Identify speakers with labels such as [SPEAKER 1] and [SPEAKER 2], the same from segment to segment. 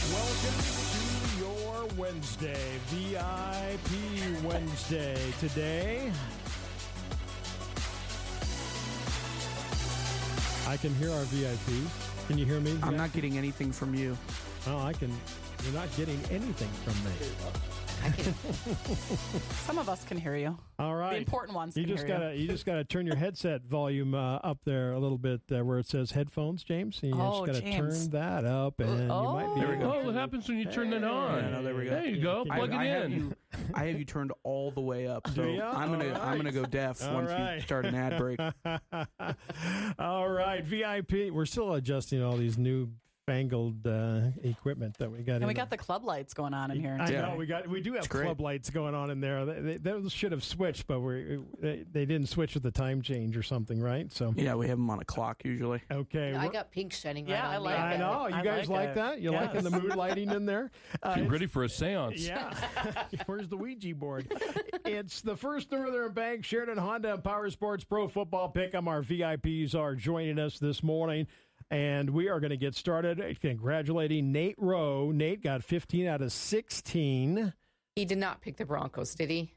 [SPEAKER 1] Welcome to your Wednesday, VIP Wednesday. Today, I can hear our VIP. Can you hear me?
[SPEAKER 2] I'm
[SPEAKER 1] VIP?
[SPEAKER 2] not getting anything from you.
[SPEAKER 1] Oh, I can. You're not getting anything from me.
[SPEAKER 3] Some of us can hear you.
[SPEAKER 1] All right.
[SPEAKER 3] The important ones.
[SPEAKER 1] You
[SPEAKER 3] can
[SPEAKER 1] just
[SPEAKER 3] hear
[SPEAKER 1] gotta, you. just gotta turn your headset volume uh, up there a little bit, uh, where it says headphones, James. You
[SPEAKER 3] Oh,
[SPEAKER 1] just gotta
[SPEAKER 3] James.
[SPEAKER 1] turn that up, and you might be.
[SPEAKER 3] There we
[SPEAKER 1] able
[SPEAKER 3] go.
[SPEAKER 4] Oh, what happens when you turn that on?
[SPEAKER 2] Yeah, no, there we go.
[SPEAKER 4] There you go.
[SPEAKER 1] Yeah.
[SPEAKER 4] Plug
[SPEAKER 2] I, I
[SPEAKER 4] it
[SPEAKER 2] have
[SPEAKER 4] in.
[SPEAKER 2] you. I have you turned all the way up. So
[SPEAKER 1] ya?
[SPEAKER 2] I'm gonna
[SPEAKER 1] All
[SPEAKER 2] I'm gonna go deaf
[SPEAKER 1] All
[SPEAKER 2] once
[SPEAKER 1] right.
[SPEAKER 2] you start an ad break.
[SPEAKER 1] All right, VIP. We're still adjusting all these new fangled uh, equipment that we got.
[SPEAKER 3] And we got the club lights going on in here.
[SPEAKER 1] I
[SPEAKER 2] Yeah.
[SPEAKER 1] know we got we do have
[SPEAKER 2] great.
[SPEAKER 1] club lights going on in there. They, they, those should have switched, but we they, they didn't switch with the time change or something, right? So
[SPEAKER 2] Yeah, we have them on a clock usually.
[SPEAKER 1] okay.
[SPEAKER 5] I
[SPEAKER 1] we're-
[SPEAKER 5] got pink shining right
[SPEAKER 3] Yeah, I
[SPEAKER 5] on
[SPEAKER 3] like
[SPEAKER 5] me.
[SPEAKER 1] I
[SPEAKER 3] it.
[SPEAKER 1] know you
[SPEAKER 3] I
[SPEAKER 1] guys
[SPEAKER 3] like
[SPEAKER 1] like,
[SPEAKER 3] it.
[SPEAKER 1] that. You liking the mood lighting in there? Uh,
[SPEAKER 4] Get ready for a seance.
[SPEAKER 1] Yeah. Where's the Ouija board? it's the First Northern Bank Sheridan Honda and Power Sports Pro Football Pick'em. Our VIPs are joining us this morning. And we are going to get started congratulating Nate Rowe. Nate got 15 out of 16.
[SPEAKER 5] He did not pick the Broncos, did he?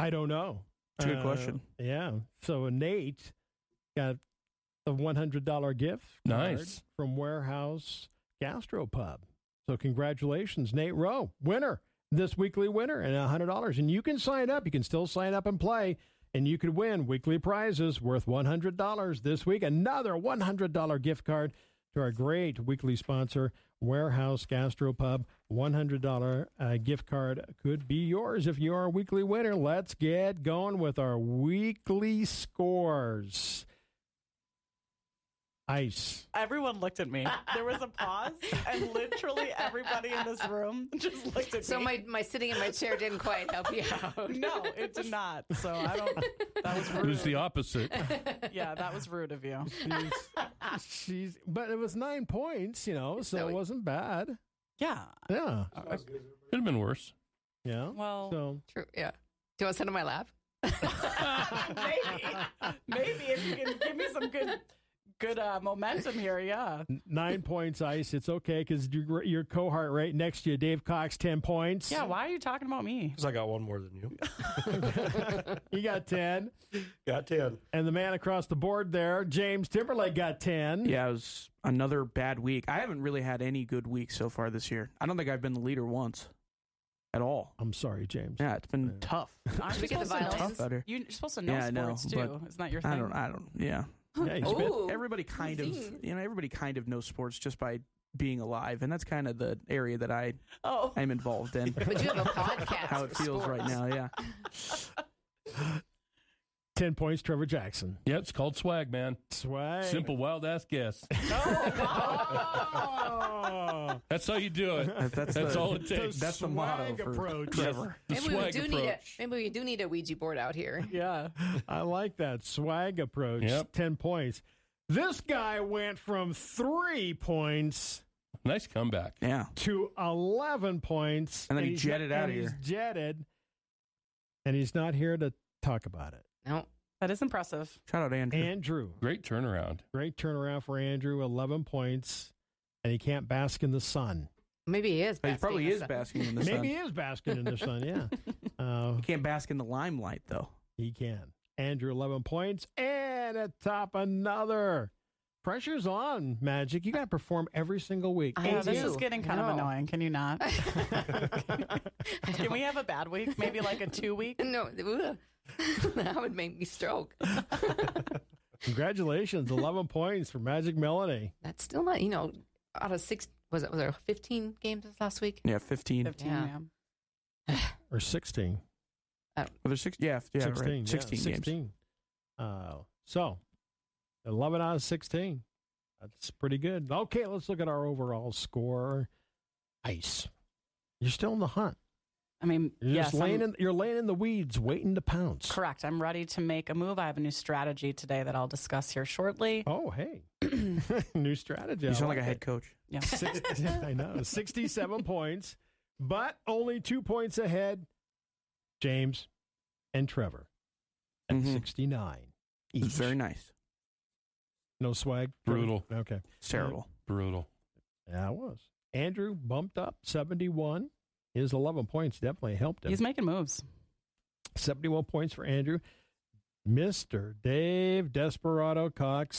[SPEAKER 1] I don't know.
[SPEAKER 2] That's a
[SPEAKER 4] Uh,
[SPEAKER 2] good question.
[SPEAKER 1] Yeah. So Nate got the $100 gift card
[SPEAKER 4] Nice.
[SPEAKER 1] from Warehouse Gastropub. So congratulations, Nate Rowe, winner this weekly winner and $100. And you can sign up. You can still sign up and play. And you could win weekly prizes worth $100 this week. Another $100 gift card to our great weekly sponsor, Warehouse Gastropub. $100 uh, gift card could be yours if you are a weekly winner. Let's get going with our weekly scores. Ice.
[SPEAKER 3] Everyone looked at me. There was a pause, and literally everybody in this room just looked at
[SPEAKER 5] So
[SPEAKER 3] me.
[SPEAKER 5] my, my sitting in my chair didn't quite help you out.
[SPEAKER 3] no, it did not. So I don't. That was
[SPEAKER 4] It was
[SPEAKER 3] rude.
[SPEAKER 4] the opposite.
[SPEAKER 3] yeah, that was rude of you.
[SPEAKER 1] She's, she's- but it was nine points, you know, so,
[SPEAKER 5] So-
[SPEAKER 1] it wasn't bad.
[SPEAKER 3] Yeah.
[SPEAKER 1] Yeah,
[SPEAKER 4] Could have been worse.
[SPEAKER 1] yeah.
[SPEAKER 3] Well-
[SPEAKER 1] so
[SPEAKER 5] True. Yeah. Do you want to sit on my lap?
[SPEAKER 3] Maybe. Maybe if you can give me some good good uh, momentum here. Yeah.
[SPEAKER 1] nine points, ice. It's okay because your, your cohort right next to you, Dave Cox, ten points.
[SPEAKER 3] Yeah. Why are you talking about me?
[SPEAKER 6] Because I got one more than you.
[SPEAKER 1] he got ten,
[SPEAKER 6] Got 10.
[SPEAKER 1] and the man across the board there, James Timberlake, got ten.
[SPEAKER 2] Yeah, it was another bad week. I haven't really had any good weeks so far this year. I don't think I've been the leader once at all.
[SPEAKER 1] I'm sorry, James.
[SPEAKER 2] Yeah, it's been tough.
[SPEAKER 3] Aren't
[SPEAKER 5] Should
[SPEAKER 3] you
[SPEAKER 5] we get the
[SPEAKER 3] supposed to know-
[SPEAKER 5] violins?
[SPEAKER 2] Better.
[SPEAKER 3] You're supposed to know
[SPEAKER 2] Yeah, I know,
[SPEAKER 3] sports too.
[SPEAKER 2] but
[SPEAKER 3] Isn't that your thing?
[SPEAKER 2] I don't I don't yeah.
[SPEAKER 1] Yeah, he's been-
[SPEAKER 5] Ooh.
[SPEAKER 2] Everybody kind of you know, everybody kind of knows sports just by being alive, and that's kind of the area that I
[SPEAKER 3] Oh.
[SPEAKER 2] am involved in.
[SPEAKER 5] But you have a podcast.
[SPEAKER 2] How it
[SPEAKER 5] for
[SPEAKER 2] feels right
[SPEAKER 5] sports.
[SPEAKER 2] now, yeah.
[SPEAKER 1] ten points, Trevor Jackson.
[SPEAKER 4] Yeah, it's called swag, man.
[SPEAKER 1] Swag.
[SPEAKER 4] Simple, wild ass guess.
[SPEAKER 1] Oh,
[SPEAKER 4] That's how you do it.
[SPEAKER 2] That's,
[SPEAKER 4] That's
[SPEAKER 2] the,
[SPEAKER 4] all it takes.
[SPEAKER 2] That's the motto
[SPEAKER 1] swag
[SPEAKER 2] for
[SPEAKER 1] approach.
[SPEAKER 2] Trevor.
[SPEAKER 4] The
[SPEAKER 5] Maybe we
[SPEAKER 4] swag
[SPEAKER 5] do need a,
[SPEAKER 4] approach.
[SPEAKER 5] maybe we do need a Ouija board out here.
[SPEAKER 3] Yeah.
[SPEAKER 1] I like that swag approach.
[SPEAKER 4] Yep.
[SPEAKER 1] 10 points. This guy went from three points
[SPEAKER 4] Nice comeback.
[SPEAKER 2] Yeah.
[SPEAKER 1] to 11 points.
[SPEAKER 2] And then he
[SPEAKER 1] he's
[SPEAKER 2] jetted
[SPEAKER 1] not-
[SPEAKER 2] out
[SPEAKER 1] and
[SPEAKER 2] of
[SPEAKER 1] he's
[SPEAKER 2] here.
[SPEAKER 1] jetted. And he's not here to talk about it.
[SPEAKER 5] No.
[SPEAKER 3] That is impressive.
[SPEAKER 2] Shout out Andrew.
[SPEAKER 1] Andrew,
[SPEAKER 4] Great turnaround.
[SPEAKER 1] great turnaround for Andrew, 11 points. And he can't bask in the sun.
[SPEAKER 5] Maybe he is.
[SPEAKER 2] he
[SPEAKER 5] basking
[SPEAKER 2] probably
[SPEAKER 5] in
[SPEAKER 2] is
[SPEAKER 5] some-
[SPEAKER 2] basking in the sun.
[SPEAKER 1] Maybe he is basking in the sun. Yeah. Uh,
[SPEAKER 2] He can't bask in the limelight though.
[SPEAKER 1] he can. Andrew, 11 points. And at top, another. Pressure's on, Magic. You got to perform every single week.
[SPEAKER 5] I
[SPEAKER 3] Yeah,
[SPEAKER 5] do.
[SPEAKER 3] this is getting kind of
[SPEAKER 5] No.
[SPEAKER 3] annoying. Can you not? Can we have a bad week? Maybe like a two week?
[SPEAKER 5] No. ugh. that would make me stroke.
[SPEAKER 1] Congratulations, 11 points for Magic Melody.
[SPEAKER 5] That's still not, you know, out of six, was it, was there 15 games this last week?
[SPEAKER 2] Yeah, fifteen.
[SPEAKER 3] 15
[SPEAKER 5] Yeah.
[SPEAKER 3] yeah.
[SPEAKER 1] Or 16.
[SPEAKER 2] Were there six? Yeah, f- yeah,
[SPEAKER 1] 16.
[SPEAKER 2] right.
[SPEAKER 1] yeah,
[SPEAKER 2] 16 games.
[SPEAKER 1] 16. Uh, so, 11 out of 16. That's pretty good. Okay, let's look at our overall score. Ice. You're still in the hunt.
[SPEAKER 3] I mean,
[SPEAKER 1] You're
[SPEAKER 3] yes,
[SPEAKER 1] just laying
[SPEAKER 3] I'm-
[SPEAKER 1] in, you're laying in the weeds, waiting to pounce.
[SPEAKER 3] correct. I'm ready to make a move. I have a new strategy today that I'll discuss here shortly.
[SPEAKER 1] Oh, hey. New strategy.
[SPEAKER 2] You
[SPEAKER 1] I
[SPEAKER 2] sound like a
[SPEAKER 1] like
[SPEAKER 2] head coach.
[SPEAKER 3] Yeah.
[SPEAKER 1] Six- I know. 67 points, but only two points ahead, James and Trevor at
[SPEAKER 2] Mhm.
[SPEAKER 1] 69 each.
[SPEAKER 2] It's very nice.
[SPEAKER 1] no swag.
[SPEAKER 4] Brutal.
[SPEAKER 1] Okay.
[SPEAKER 2] It's terrible.
[SPEAKER 4] Brutal.
[SPEAKER 1] Yeah, it was. Andrew bumped up 71. His 11 points definitely helped him.
[SPEAKER 3] He's making moves.
[SPEAKER 1] 71 points for Andrew. Mr. Dave Desperado Cox,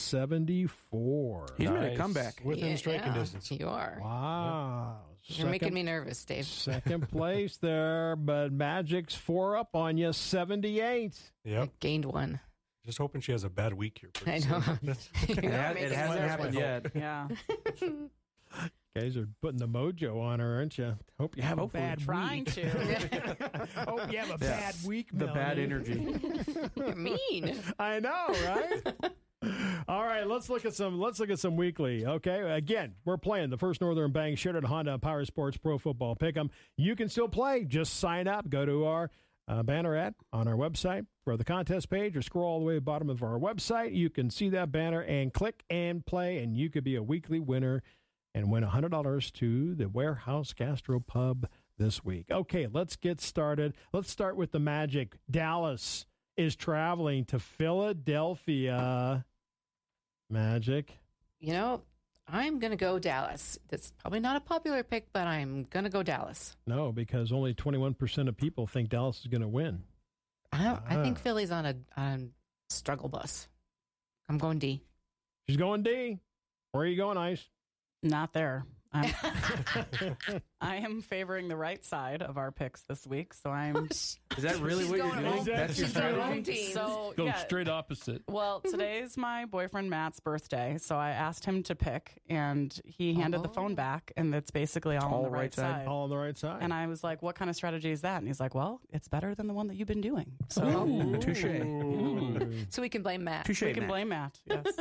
[SPEAKER 1] 74.
[SPEAKER 2] He's made a
[SPEAKER 4] Nice.
[SPEAKER 2] comeback.
[SPEAKER 6] Within
[SPEAKER 5] Yeah,
[SPEAKER 6] striking
[SPEAKER 5] yeah,
[SPEAKER 6] distance.
[SPEAKER 5] You are.
[SPEAKER 1] Wow.
[SPEAKER 5] You're making me nervous, Dave.
[SPEAKER 1] second place there, but Magic's four up on you, 78.
[SPEAKER 5] I
[SPEAKER 6] Yep.
[SPEAKER 5] gained one.
[SPEAKER 6] Just hoping she has a bad week here. pretty
[SPEAKER 5] I know.
[SPEAKER 6] soon.
[SPEAKER 5] You're
[SPEAKER 2] It,
[SPEAKER 5] not
[SPEAKER 2] ha- it
[SPEAKER 5] making
[SPEAKER 2] hasn't
[SPEAKER 5] it
[SPEAKER 2] happened yet.
[SPEAKER 3] Yeah.
[SPEAKER 1] Guys are putting the mojo on her, aren't you? Hope you have
[SPEAKER 2] Hopefully.
[SPEAKER 1] a bad
[SPEAKER 3] Trying
[SPEAKER 1] week.
[SPEAKER 5] to.
[SPEAKER 1] Hope you have a
[SPEAKER 2] Yeah.
[SPEAKER 1] bad week.
[SPEAKER 2] The bad
[SPEAKER 1] Melanie.
[SPEAKER 2] energy.
[SPEAKER 5] You're mean.
[SPEAKER 1] I know, right? All right, let's look at some. Let's look at some weekly. Okay, again, we're playing the First Northern Bank Sheridan Honda Power Sports Pro Football Pick'em. You can still play. Just sign up. Go to our uh, banner ad on our website for the contest page, or scroll all the way to the bottom of our website. You can see that banner and click and play, and you could be a weekly winner and win hundred dollars to the Warehouse Gastro Pub this week. Okay, let's get started. Let's start with the Magic. Dallas is traveling to Philadelphia. Magic.
[SPEAKER 5] You know, I'm going to go Dallas. That's probably not a popular pick, but I'm going to go Dallas.
[SPEAKER 1] No, because only 21% of people think Dallas is going to win.
[SPEAKER 5] I, don't I think
[SPEAKER 1] Ah.
[SPEAKER 5] Philly's on a on a struggle bus. I'm going D.
[SPEAKER 1] She's going D. Where are you going, Ice?
[SPEAKER 3] Not there. I'm, I am favoring the right side of our picks this week, so I'm
[SPEAKER 2] Is that really
[SPEAKER 5] She's
[SPEAKER 2] what you're
[SPEAKER 5] going
[SPEAKER 2] doing?
[SPEAKER 1] home.
[SPEAKER 2] That's your
[SPEAKER 5] She's going
[SPEAKER 2] strategy?
[SPEAKER 5] home teams.
[SPEAKER 3] So
[SPEAKER 4] Go
[SPEAKER 3] yeah.
[SPEAKER 4] straight opposite.
[SPEAKER 3] Well, today's my boyfriend Matt's birthday, so I asked him to pick, and he handed the phone
[SPEAKER 5] Oh.
[SPEAKER 3] back, and it's basically all, on
[SPEAKER 2] All
[SPEAKER 3] the right,
[SPEAKER 2] right side.
[SPEAKER 3] side.
[SPEAKER 1] All on the right side.
[SPEAKER 3] And I was like, "What kind of strategy is that?" And he's like, "Well, it's better than the one that you've been doing." So
[SPEAKER 2] Ooh, touche.
[SPEAKER 1] Ooh.
[SPEAKER 5] So we can blame Matt.
[SPEAKER 2] Touche,
[SPEAKER 3] we can
[SPEAKER 2] Matt.
[SPEAKER 3] blame Matt. Yes.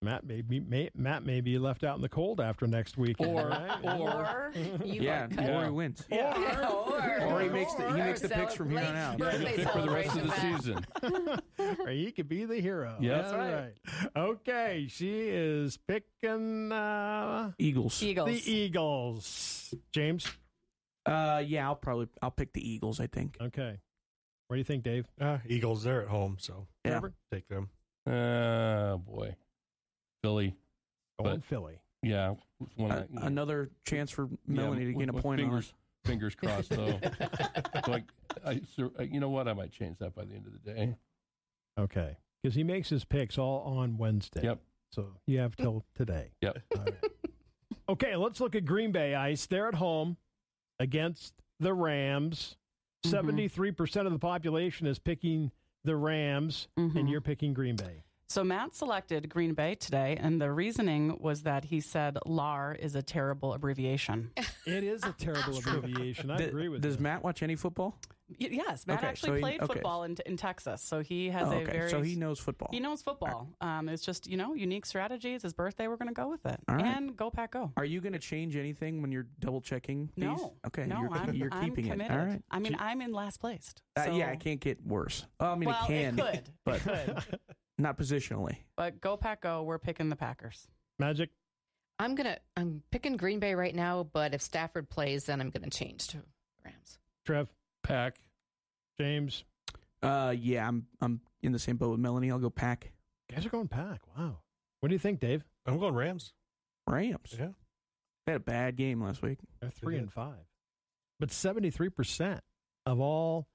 [SPEAKER 1] Matt may be may, Matt may be left out in the cold after next week.
[SPEAKER 4] Or-
[SPEAKER 1] Right?
[SPEAKER 5] Or you
[SPEAKER 2] Yeah,
[SPEAKER 5] are cut.
[SPEAKER 2] or
[SPEAKER 4] Yeah.
[SPEAKER 2] he wins.
[SPEAKER 5] Yeah, Or,
[SPEAKER 2] Or he makes the- he
[SPEAKER 5] or
[SPEAKER 2] makes the picks from here on out.
[SPEAKER 5] celebrate
[SPEAKER 4] Yeah, you
[SPEAKER 5] birthday
[SPEAKER 4] pick for the rest of the
[SPEAKER 5] celebration, Matt.
[SPEAKER 4] season.
[SPEAKER 1] or you could be the hero.
[SPEAKER 4] Yeah.
[SPEAKER 1] That's
[SPEAKER 4] That's
[SPEAKER 1] right.
[SPEAKER 4] right.
[SPEAKER 1] Okay, she is picking uh,
[SPEAKER 2] Eagles.
[SPEAKER 5] Eagles.
[SPEAKER 1] the Eagles. James,
[SPEAKER 2] Uh, yeah, I'll probably I'll pick the Eagles. I think.
[SPEAKER 1] okay. What do you think, Dave?
[SPEAKER 6] Uh, Eagles, they're at home, so
[SPEAKER 2] Yeah.
[SPEAKER 1] Trevor?
[SPEAKER 6] take them.
[SPEAKER 4] Oh, boy. Philly.
[SPEAKER 1] Going
[SPEAKER 4] But-
[SPEAKER 1] Oh, Philly.
[SPEAKER 4] Yeah. One
[SPEAKER 2] Uh,
[SPEAKER 4] that-
[SPEAKER 2] another chance for Melanie to
[SPEAKER 4] with-
[SPEAKER 2] gain a
[SPEAKER 4] with
[SPEAKER 2] point on
[SPEAKER 4] fingers,
[SPEAKER 2] us.
[SPEAKER 4] fingers crossed, though. like, I, sur- you know what? I might change that by the end of the day.
[SPEAKER 1] Okay, because he makes his picks all on Wednesday.
[SPEAKER 4] Yep.
[SPEAKER 1] So you have till today.
[SPEAKER 4] Yep.
[SPEAKER 1] All right. okay, let's look at Green Bay Ice. They're at home against the Rams. Mm-hmm.
[SPEAKER 3] Mhm.
[SPEAKER 1] 73% percent of the population is picking the Rams, and
[SPEAKER 3] Mhm.
[SPEAKER 1] you're picking Green Bay.
[SPEAKER 3] So Matt selected Green Bay today, and the reasoning was that he said "lar" is a terrible abbreviation. Y-
[SPEAKER 1] It is a terrible abbreviation. I
[SPEAKER 2] Th-
[SPEAKER 1] agree with
[SPEAKER 2] does
[SPEAKER 1] that.
[SPEAKER 2] Matt watch any football?
[SPEAKER 3] yes, Matt
[SPEAKER 2] Okay,
[SPEAKER 3] actually
[SPEAKER 2] so he-
[SPEAKER 3] played
[SPEAKER 2] okay.
[SPEAKER 3] football in, in Texas, so he has
[SPEAKER 2] Oh,
[SPEAKER 3] a
[SPEAKER 2] okay,
[SPEAKER 3] very
[SPEAKER 2] so he knows football.
[SPEAKER 3] He knows football. Um, it's just you know unique strategies. His birthday, we're going to go with it.
[SPEAKER 2] All right.
[SPEAKER 3] And go pack go.
[SPEAKER 2] Are you going to change anything when you're double checking? These?
[SPEAKER 3] No,
[SPEAKER 2] Okay.
[SPEAKER 3] no,
[SPEAKER 2] you're,
[SPEAKER 3] I'm,
[SPEAKER 2] you're
[SPEAKER 3] I'm
[SPEAKER 2] keeping
[SPEAKER 3] committed.
[SPEAKER 2] it. All right.
[SPEAKER 3] I mean,
[SPEAKER 2] Gee-
[SPEAKER 3] I'm in last place.
[SPEAKER 2] Uh,
[SPEAKER 3] So,
[SPEAKER 2] yeah, it can't get worse. Well, I mean,
[SPEAKER 3] well,
[SPEAKER 2] it can,
[SPEAKER 3] could,
[SPEAKER 2] but-
[SPEAKER 3] it could.
[SPEAKER 2] not positionally.
[SPEAKER 3] But go pack go. We're picking the Packers.
[SPEAKER 1] Magic.
[SPEAKER 5] I'm gonna. I'm picking Green Bay right now, but if Stafford plays, then I'm gonna change to Rams.
[SPEAKER 1] Trev,
[SPEAKER 4] Pack.
[SPEAKER 1] James.
[SPEAKER 2] Uh, yeah, I'm I'm in the same boat with Melanie. I'll go pack
[SPEAKER 1] Guys are going pack. Wow. What do you think, Dave?
[SPEAKER 6] I'm going Rams.
[SPEAKER 2] Rams.
[SPEAKER 6] Yeah.
[SPEAKER 2] They had a bad game last week.
[SPEAKER 1] They're three
[SPEAKER 6] good.
[SPEAKER 1] and five. But 73% of all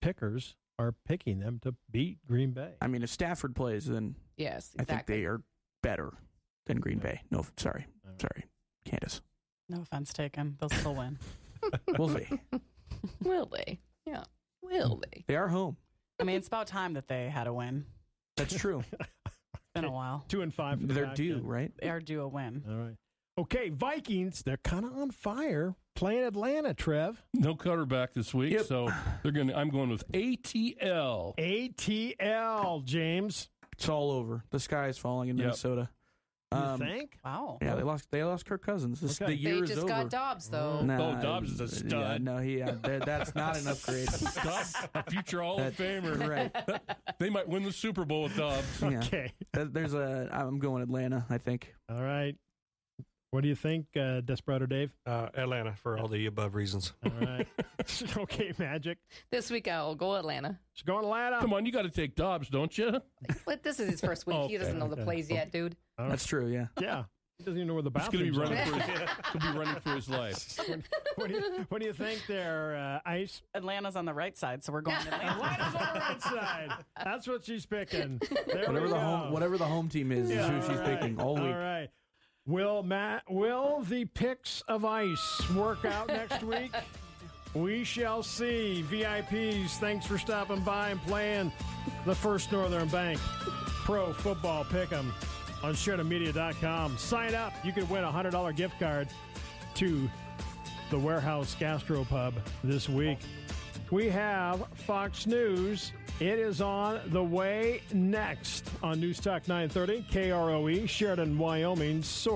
[SPEAKER 1] pickers are picking them to beat Green Bay.
[SPEAKER 2] I mean, if Stafford plays, then
[SPEAKER 5] Yes,
[SPEAKER 2] I think
[SPEAKER 5] exactly.
[SPEAKER 2] they are better than Green Bay. No, f- sorry,
[SPEAKER 1] All right.
[SPEAKER 2] sorry, Candace.
[SPEAKER 3] No offense taken. They'll still win.
[SPEAKER 2] We'll see.
[SPEAKER 5] Will they? Yeah. Will they?
[SPEAKER 2] They are home.
[SPEAKER 3] I mean, it's about time that they had a win. It's
[SPEAKER 2] That's true.
[SPEAKER 3] been a while.
[SPEAKER 1] Two and five. For the
[SPEAKER 2] They're
[SPEAKER 1] Pack,
[SPEAKER 2] due,
[SPEAKER 1] yeah.
[SPEAKER 2] right?
[SPEAKER 3] They are due a win.
[SPEAKER 1] All right. Okay, Vikings. They're kind of on fire playing Atlanta. Trev.
[SPEAKER 4] No quarterback this week,
[SPEAKER 2] Yep.
[SPEAKER 4] so they're going. to I'm going with ATL.
[SPEAKER 1] ATL. James.
[SPEAKER 2] It's all over. The sky is falling in
[SPEAKER 4] Yep.
[SPEAKER 2] Minnesota.
[SPEAKER 1] You
[SPEAKER 2] Um,
[SPEAKER 1] think?
[SPEAKER 3] Wow.
[SPEAKER 2] Yeah, they lost. They lost Kirk Cousins. This,
[SPEAKER 1] Okay.
[SPEAKER 2] The
[SPEAKER 5] They
[SPEAKER 2] year is
[SPEAKER 5] just
[SPEAKER 2] over.
[SPEAKER 5] got Dobbs though.
[SPEAKER 2] Nah,
[SPEAKER 4] Oh, Dobbs is a
[SPEAKER 2] yeah,
[SPEAKER 4] stud.
[SPEAKER 2] no, he. Yeah, that- that's not an upgrade.
[SPEAKER 4] Dobbs, a future Hall of Famer.
[SPEAKER 2] Right.
[SPEAKER 4] They might win the Super Bowl with Dobbs.
[SPEAKER 2] Yeah.
[SPEAKER 1] Okay.
[SPEAKER 2] Th- There's a. I'm going Atlanta. I think.
[SPEAKER 1] All right. What do you think, uh, Desperado Dave?
[SPEAKER 6] Uh, Atlanta for all the above reasons.
[SPEAKER 1] All right. okay, Magic.
[SPEAKER 5] This week I'll go Atlanta.
[SPEAKER 1] She's going Atlanta.
[SPEAKER 4] Come on, you got to take Dobbs, don't you?
[SPEAKER 5] But this is his first week.
[SPEAKER 4] Okay.
[SPEAKER 5] He doesn't know the plays yet, dude.
[SPEAKER 1] All right.
[SPEAKER 2] That's true. Yeah.
[SPEAKER 1] Yeah. He doesn't even know where the
[SPEAKER 4] He's going to
[SPEAKER 1] bathroom
[SPEAKER 4] be running
[SPEAKER 1] is.
[SPEAKER 4] for his, he'll be running for his life.
[SPEAKER 1] What do you, what do you think there, uh, Ice?
[SPEAKER 3] Atlanta's on the right side, so we're going Atlanta.
[SPEAKER 1] Atlanta's on the right side. That's what she's picking. There
[SPEAKER 2] Whatever
[SPEAKER 1] we
[SPEAKER 2] the
[SPEAKER 1] go.
[SPEAKER 2] home, whatever the home team is, is
[SPEAKER 1] Yeah,
[SPEAKER 2] who she's
[SPEAKER 1] all right.
[SPEAKER 2] picking all week.
[SPEAKER 1] All right. Will Matt? Will the picks of ice work out next week? We shall see. VIPs, thanks for stopping by and playing the First Northern Bank Pro Football Pick'em on SharedMedia.com. Sign up. You could win a $100 gift card to the Warehouse Gastropub this week. We have Fox News. It is on the way next on News Talk 930, KROE, E, Sheridan, Wyoming, source.